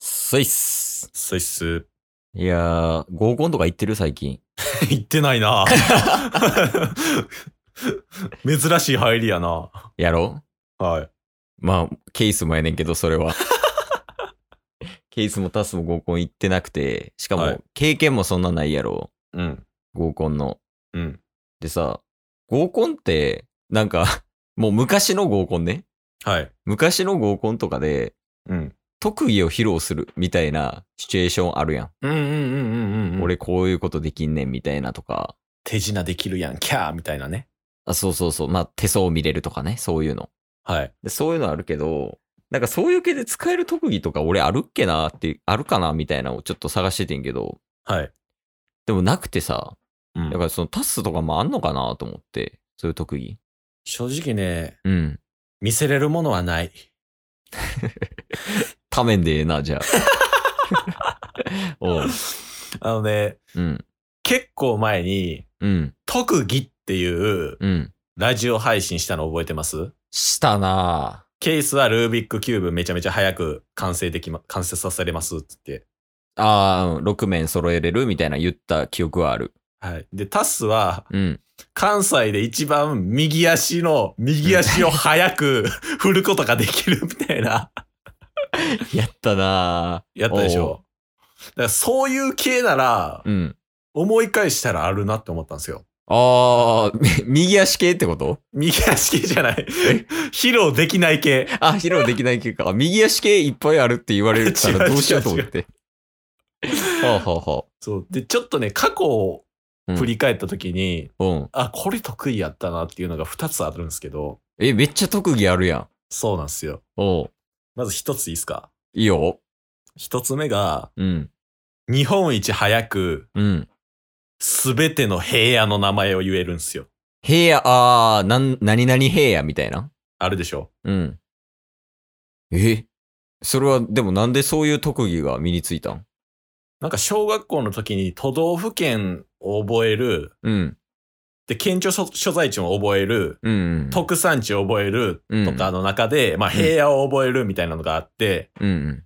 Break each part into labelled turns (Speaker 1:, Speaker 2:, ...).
Speaker 1: スイス。
Speaker 2: スイス。
Speaker 1: いやー、合コンとか行ってる最近。
Speaker 2: 行ってないな 珍しい入りやな。
Speaker 1: やろ
Speaker 2: はい。
Speaker 1: まあ、ケースもやねんけど、それ は。ケースもタスも合コン行ってなくて、しか
Speaker 2: は
Speaker 1: も
Speaker 2: い
Speaker 1: 経験もそんなないやろ。
Speaker 2: うん。
Speaker 1: 合コンの。
Speaker 2: うん。
Speaker 1: でさ、合コンって、なんか、 もう昔の合コンね。
Speaker 2: はい。
Speaker 1: 昔の合コンとかで、
Speaker 2: うん。
Speaker 1: 特技を披露するみたいなシチュエーションあるやん。
Speaker 2: うんうんうんうんうん。
Speaker 1: 俺、こういうことできんねんみたいなとか。
Speaker 2: 手品できるやん、キャーみたいなね。
Speaker 1: あそうそうそう。まあ、手相見れるとかね。そういうの。
Speaker 2: はい。
Speaker 1: でそういうのあるけど、なんかそういう系で使える特技とか俺あるっけなって、あるかなみたいなのをちょっと探しててんけど、
Speaker 2: はい。
Speaker 1: でもなくてさ、
Speaker 2: うん
Speaker 1: だからそのタスとかもあんのかなと思って、そういう特技。
Speaker 2: 正直ね、
Speaker 1: うん。
Speaker 2: 見せれるものはない。
Speaker 1: ためんでええな、じゃあ。 おう。
Speaker 2: あのね、
Speaker 1: うん。
Speaker 2: 結構前に、
Speaker 1: うん。
Speaker 2: 特技っていう
Speaker 1: うん。
Speaker 2: ラジオ配信したの覚えてます
Speaker 1: したなぁ。
Speaker 2: ケースはルービックキューブめちゃめちゃ早く完成できま、完成させれますっつって。
Speaker 1: ああ、6面揃えれるみたいな言った記憶はある。
Speaker 2: はい。で、タスは
Speaker 1: うん。
Speaker 2: 関西で一番右足の、右足を早く振ることができるみた いな、
Speaker 1: やったなぁ。
Speaker 2: やったでし
Speaker 1: おう
Speaker 2: ょ。だからそういう系なら、
Speaker 1: うん。
Speaker 2: 思い返したらあるなって思ったんですよ。
Speaker 1: ああ、み右足系ってこと
Speaker 2: 右足系じゃない。披露できない系。
Speaker 1: あ、披露できない結果、あ右足系いっぱいあるって言われるか
Speaker 2: 違
Speaker 1: ら
Speaker 2: う
Speaker 1: どうしようと思って。はあはあは
Speaker 2: そう。で、ちょっとね、過去を振り返った時に、
Speaker 1: あ。うん。
Speaker 2: あ、これ得意やったなっていうのが2つあるんですけど、
Speaker 1: え、めっちゃ特技あるやん。
Speaker 2: そうなんですよ。
Speaker 1: おう。
Speaker 2: まず1ついいですか
Speaker 1: いいよ。
Speaker 2: 一つ目が、
Speaker 1: うん。
Speaker 2: 日本一早く、
Speaker 1: うん。
Speaker 2: すべての平野の名前を言えるんすよ。
Speaker 1: 平野、あー、なん、何々平野みたいな。
Speaker 2: あるでしょ
Speaker 1: うん。えそれは、でもなんでそういう特技が身についたん
Speaker 2: なんか小学校の時に都道府県を覚える、
Speaker 1: うん。
Speaker 2: で、県庁所所在地も覚える、
Speaker 1: うんうん。
Speaker 2: 特産地を覚える
Speaker 1: うん
Speaker 2: とかの中で、まあ平野を覚えるみたいなのがあって、
Speaker 1: うんうん。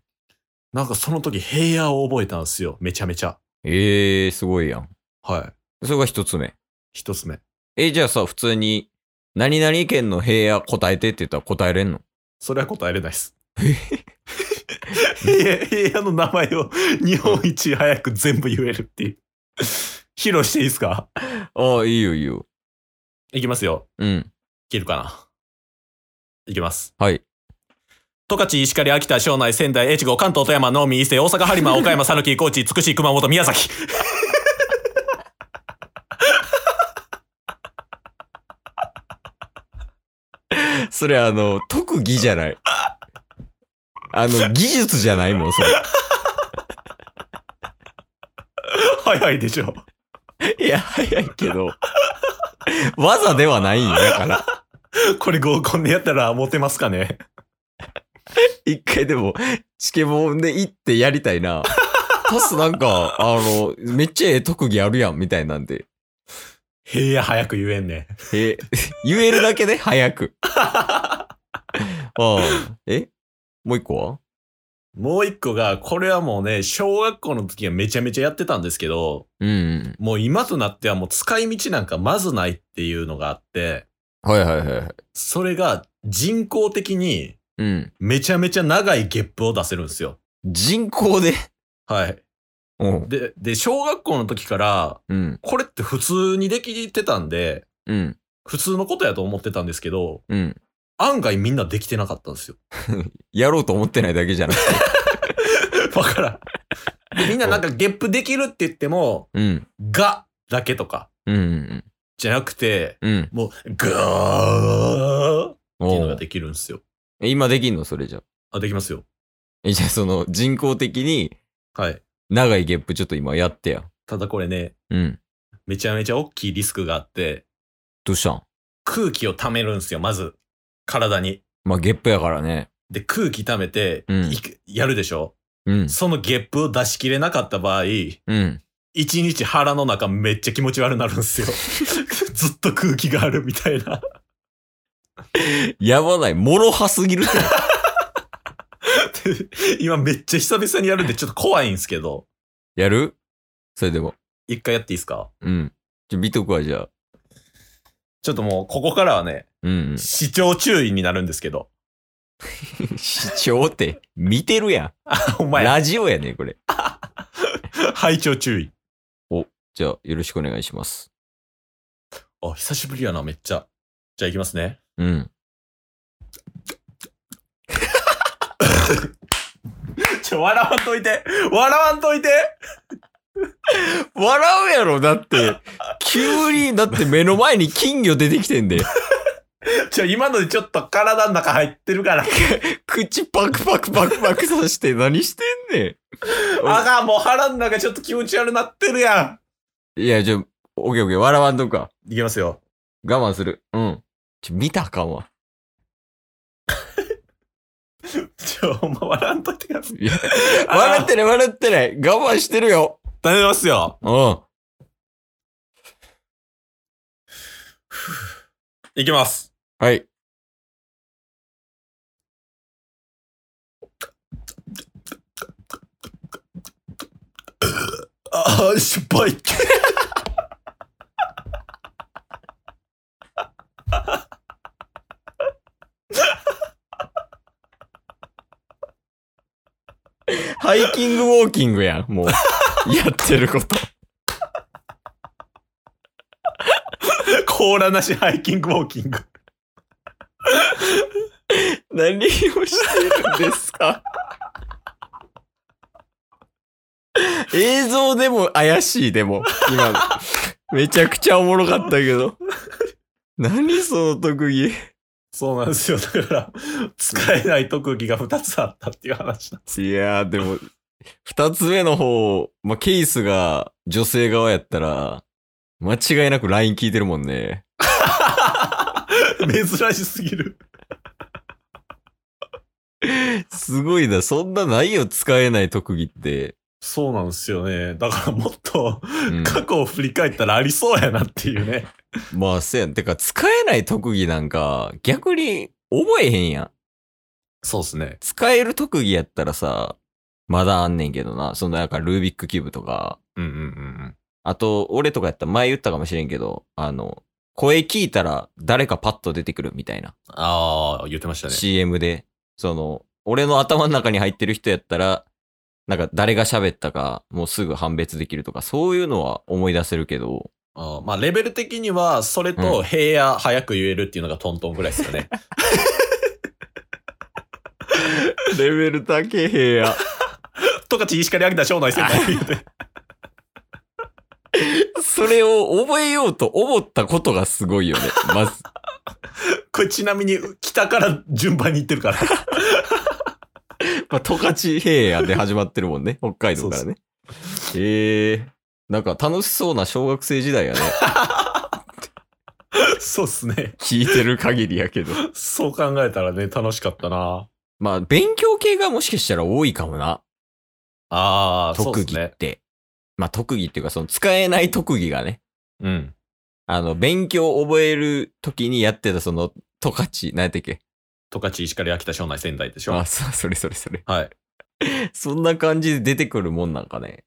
Speaker 2: なんかその時平野を覚えたんすよ。めちゃめちゃ。
Speaker 1: えー、すごいやん。
Speaker 2: はい。
Speaker 1: それが一つ目。
Speaker 2: 一つ目。
Speaker 1: え、じゃあさ、普通に、何々県の平野答えてって言ったら答えれんの
Speaker 2: それは答えれな いです。平野 平野の名前を日本一早く全部言えるっていう。披露していいで すか
Speaker 1: ああ、いいよいいよ。
Speaker 2: いきますよ。
Speaker 1: うん。
Speaker 2: いけるかないきます。
Speaker 1: はい。
Speaker 2: 十勝、石狩、秋田、庄内、仙台、越後、関東、富山、能見、伊勢、大阪、播磨、岡山、讃岐、高知、筑紫、熊本、宮崎。
Speaker 1: それあの、特技じゃない。あの、技術じゃないもん、それ。
Speaker 2: 早いでしょ。
Speaker 1: いや、早いけど。技ではないんよだから。
Speaker 2: これ合コンでやったらモテますかね
Speaker 1: 一回でも、チケボンで行ってやりたいな。パスなんか、あの、めっちゃええ特技あるやん、みたいなんで。
Speaker 2: 平野早く言えんねん。
Speaker 1: え、言えるだけで早く。ああ。えもう一個は
Speaker 2: もう一個が、これはもうね、小学校の時はめちゃめちゃやってたんですけど、
Speaker 1: うんうん。
Speaker 2: もう今となってはもう使い道なんかまずないっていうのがあって、
Speaker 1: はいはいはいはい。
Speaker 2: それが人工的に
Speaker 1: うん。
Speaker 2: めちゃめちゃ長いゲップを出せるんですよ。
Speaker 1: 人口で。
Speaker 2: はい。
Speaker 1: うん。
Speaker 2: で、で、小学校の時から、
Speaker 1: うん。
Speaker 2: これって普通にできてたんで、
Speaker 1: うん。
Speaker 2: 普通のことやと思ってたんですけど、
Speaker 1: うん。
Speaker 2: 案外みんなできてなかったんですよ。
Speaker 1: やろうと思ってないだけじゃなくて。
Speaker 2: わからん。でみんななんかゲップできるって言っても、
Speaker 1: うん。
Speaker 2: がだけとか、
Speaker 1: うんうん
Speaker 2: じゃなくて、
Speaker 1: うん。うん。
Speaker 2: もう、ガーっていうの
Speaker 1: お
Speaker 2: が
Speaker 1: う
Speaker 2: できるんですよ。
Speaker 1: え今できんのそれじゃ。
Speaker 2: あ、できますよ。
Speaker 1: え、じゃあその人工的に
Speaker 2: はい。
Speaker 1: 長いゲップちょっと今やってや。
Speaker 2: ただこれね、
Speaker 1: うん。
Speaker 2: めちゃめちゃ大きいリスクがあって、
Speaker 1: どうしたん
Speaker 2: 空気を溜めるんですよ、まず。体に。
Speaker 1: まあゲップやからね。
Speaker 2: で、空気溜めて、
Speaker 1: うん
Speaker 2: いくやるでしょ
Speaker 1: うん。
Speaker 2: そのゲップを出しきれなかった場合、一
Speaker 1: うん。
Speaker 2: 日腹の中めっちゃ気持ち悪くなるんですよ。 ずっと空気があるみたいな。
Speaker 1: やばない。もろはすぎるって。
Speaker 2: 今めっちゃ久々にやるんでちょっと怖いんすけど、
Speaker 1: やるそれでも。
Speaker 2: 一回やっていいですか
Speaker 1: うん。ちょ、見とくわ、じゃあ。
Speaker 2: ちょっともうここからはね、
Speaker 1: うん、
Speaker 2: 視聴注意になるんですけど。
Speaker 1: うん。視聴って、見てるや
Speaker 2: あ、 お
Speaker 1: ん。
Speaker 2: 前、
Speaker 1: ラジオやねん、これ。
Speaker 2: 拝聴注意。
Speaker 1: じゃあ、よろしくお願いします。
Speaker 2: あ、久しぶりやな、めっちゃ。じゃあ行きますね。
Speaker 1: うん。
Speaker 2: ちょ、笑わんといて笑わんといて
Speaker 1: 笑うやろ、だって。 急に、だって目の前に金魚出てきてんで。
Speaker 2: ちょ、今のでちょっと体の中入ってるから。
Speaker 1: 口パクパクパクパ クさして何してんね
Speaker 2: あが、もう腹の中ちょっと気持ち悪なってるや
Speaker 1: ん。いや、じゃあ、オッケーオッケー、笑わんとくか。
Speaker 2: ん。いきますよ。
Speaker 1: 我慢する。うん。ちょ、見たらあかんわ。
Speaker 2: ちょ、お前笑わんといてください。
Speaker 1: いや笑ってない、笑ってない。我慢してるよ。
Speaker 2: 頼みますよ。
Speaker 1: うん。
Speaker 2: いきます。
Speaker 1: はい。
Speaker 2: ああ、失敗。
Speaker 1: ハイキングウォーキングやん、 もう。やってること。
Speaker 2: 甲羅なしハイキングウォーキング。
Speaker 1: 何をしてるんですか 映像でも怪しい、でも。今の。めちゃくちゃおもろかったけど。何その特技。
Speaker 2: そうなんですよ。だから、使えない特技が2つあったっていう話なんです。
Speaker 1: いやー、でも、二つ目の方、まあ、ケースが女性側やったら、間違いなく LINE 聞いてるもんね。
Speaker 2: 珍しすぎる。
Speaker 1: すごいな、そんなないよ、使えない特技って。
Speaker 2: そうなんですよね。だからもっと
Speaker 1: うん
Speaker 2: 過去を振り返ったらありそうやなっていうね。
Speaker 1: まあ、せやん。てか、使えない特技なんか、逆に覚えへんやん。
Speaker 2: そうですね。
Speaker 1: 使える特技やったらさ、まだあんねんけどな。そのなんか、ルービックキューブとか、
Speaker 2: うんうんうんうん。
Speaker 1: あと、俺とかやったら前言ったかもしれんけど、あの、声聞いたら誰かパッと出てくるみたいな。
Speaker 2: ああ、言ってましたね。
Speaker 1: CM で、その、俺の頭の中に入ってる人やったら、なんか誰が喋ったか、もうすぐ判別できるとか、そういうのは思い出せるけど、
Speaker 2: あーまあ、レベル的には、それと、平野早く言えるっていうのがトントンぐらいですよ ね。
Speaker 1: レベル高え部屋。
Speaker 2: とかち石狩あげた将内先輩言うて
Speaker 1: それを覚えようと思ったことがすごいよね。まず、
Speaker 2: これちなみに、北から順番に行ってるから。
Speaker 1: まあ、十勝平野で始まってるもんね。 北海道からね。えー、なんか楽しそうな小学生時代 やね。
Speaker 2: そうっすね。
Speaker 1: 聞いてる限りやけど。
Speaker 2: そう考えたらね、楽しかったな。
Speaker 1: まあ、勉強系がもしかしたら多いかもな。
Speaker 2: ああ、そう
Speaker 1: 特
Speaker 2: っす
Speaker 1: 技っ
Speaker 2: ね。
Speaker 1: て。まあ、特技っていうか、その使えない特技がね。
Speaker 2: うん。
Speaker 1: あの、勉強を覚えるときにやってた、その、トカチ、何やったっけ
Speaker 2: 十勝石狩秋田庄内仙台でしょ
Speaker 1: あ、そう、それそれそれ。
Speaker 2: はい。
Speaker 1: そんな感じで出てくるもんなんかね。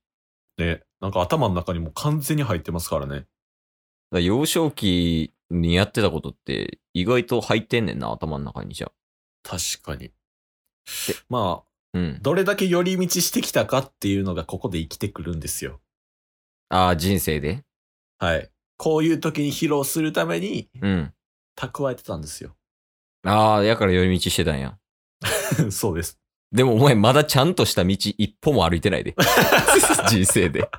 Speaker 2: ね。なんか頭の中にもう完全に入ってますからね。
Speaker 1: だから幼少期にやってたことって、意外と入ってんねんな、頭の中にじゃあ。
Speaker 2: 確かに。まあ、
Speaker 1: うん。
Speaker 2: どれだけ寄り道してきたかっていうのがここで生きてくるんですよ。
Speaker 1: ああ、人生で
Speaker 2: はい。こういう時に披露するために
Speaker 1: うん。
Speaker 2: 蓄えてたんですよ。
Speaker 1: ああ、やから寄り道してたんや。
Speaker 2: そうです。
Speaker 1: でもお前まだちゃんとした道一歩も歩いて ないで。人生で。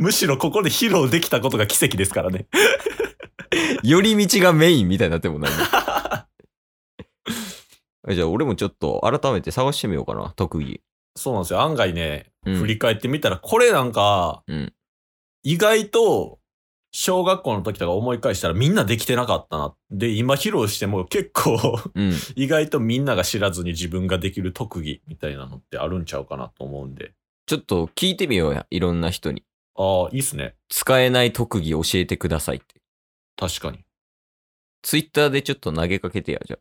Speaker 2: むしろここで披露できたことが奇跡ですからね。
Speaker 1: 寄り道がメインみたいになってもん ない。じゃあ俺もちょっと改めて探してみようかな、特技。
Speaker 2: そうなんですよ。案外ね、
Speaker 1: うん
Speaker 2: 振り返ってみたら、これなんか、
Speaker 1: うん
Speaker 2: 意外と、小学校の時とか思い返したらみんなできてなかったな。で、今披露しても結構、
Speaker 1: うん。
Speaker 2: 意外とみんなが知らずに自分ができる特技みたいなのってあるんちゃうかなと思うんで。
Speaker 1: ちょっと聞いてみようや、いろんな人に。
Speaker 2: ああ、いいっすね。
Speaker 1: 使えない特技教えてくださいって。
Speaker 2: 確かに。
Speaker 1: ツイッターでちょっと投げかけてや、じゃ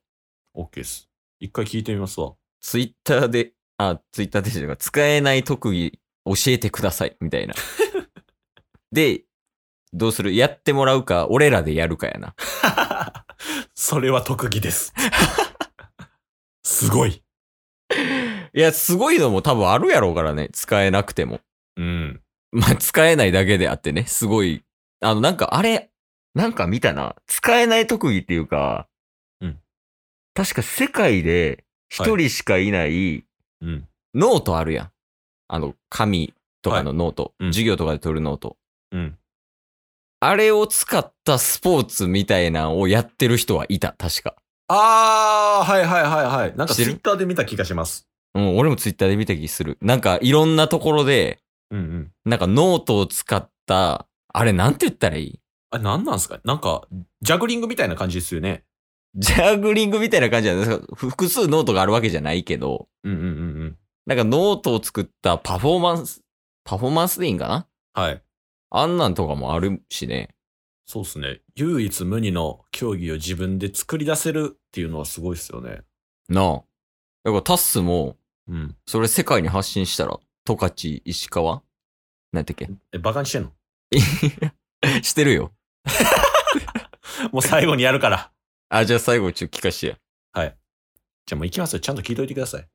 Speaker 1: あ
Speaker 2: OK っす。一回聞いてみますわ。
Speaker 1: ツイッターで、あ、ツイッターでじゃない使えない特技教えてください、みたいな。で、どうするやってもらうか、俺らでやるかやな。
Speaker 2: それは特技です。 すごい。
Speaker 1: いや、すごいのも多分あるやろうからね、使えなくても。
Speaker 2: うん。
Speaker 1: まあ、使えないだけであってね、すごい。あの、なんかあれ、なんか見たな。使えない特技っていうか、
Speaker 2: うん
Speaker 1: 確か世界で一
Speaker 2: は
Speaker 1: 人しかいない
Speaker 2: うん。
Speaker 1: ノートあるやん。あの、紙とかのノート、
Speaker 2: うん
Speaker 1: 授業とかで取るノート。
Speaker 2: うん。
Speaker 1: あれを使ったスポーツみたいなのをやってる人はいた、確か。
Speaker 2: あー、はいはいはいはい。なんか
Speaker 1: 知っ
Speaker 2: ツイ
Speaker 1: てる
Speaker 2: ッターで見た気がします。
Speaker 1: うん、俺もツイッターで見た気する。なんかいろんなところで、
Speaker 2: うんうん。
Speaker 1: なんかノートを使った、あれなんて言ったらいい
Speaker 2: あ、なんなんすかなんか、ジャグリングみたいな感じですよね。
Speaker 1: ジャグリングみたいな感じじゃないですか。ふ複数ノートがあるわけじゃないけど、
Speaker 2: うんうんうんうん。
Speaker 1: なんかノートを作ったパフォーマンス、パフォーマンスでいいんかな
Speaker 2: はい。
Speaker 1: あんなんとかもあるしね。
Speaker 2: そうですね。唯一無二の競技を自分で作り出せるっていうのはすごいですよね。
Speaker 1: なあ。だからタッスも、
Speaker 2: うん。
Speaker 1: それ世界に発信したら、十勝、石川なんてっけ
Speaker 2: え、バカにしてんの
Speaker 1: してるよ。
Speaker 2: もう最後にやるから。
Speaker 1: あ、じゃあ最後ちょっと聞かしてや。
Speaker 2: じゃあもう行きますよ。ちゃんと聞いといてください。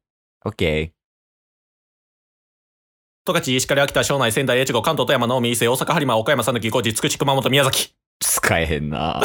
Speaker 1: オッケ
Speaker 2: 十勝、石狩、秋田、庄内、仙台、越後、関東、富山、能美、伊勢、大阪、播磨、岡山、讃岐、高知、筑地、熊本、宮崎。
Speaker 1: ー。使えへんな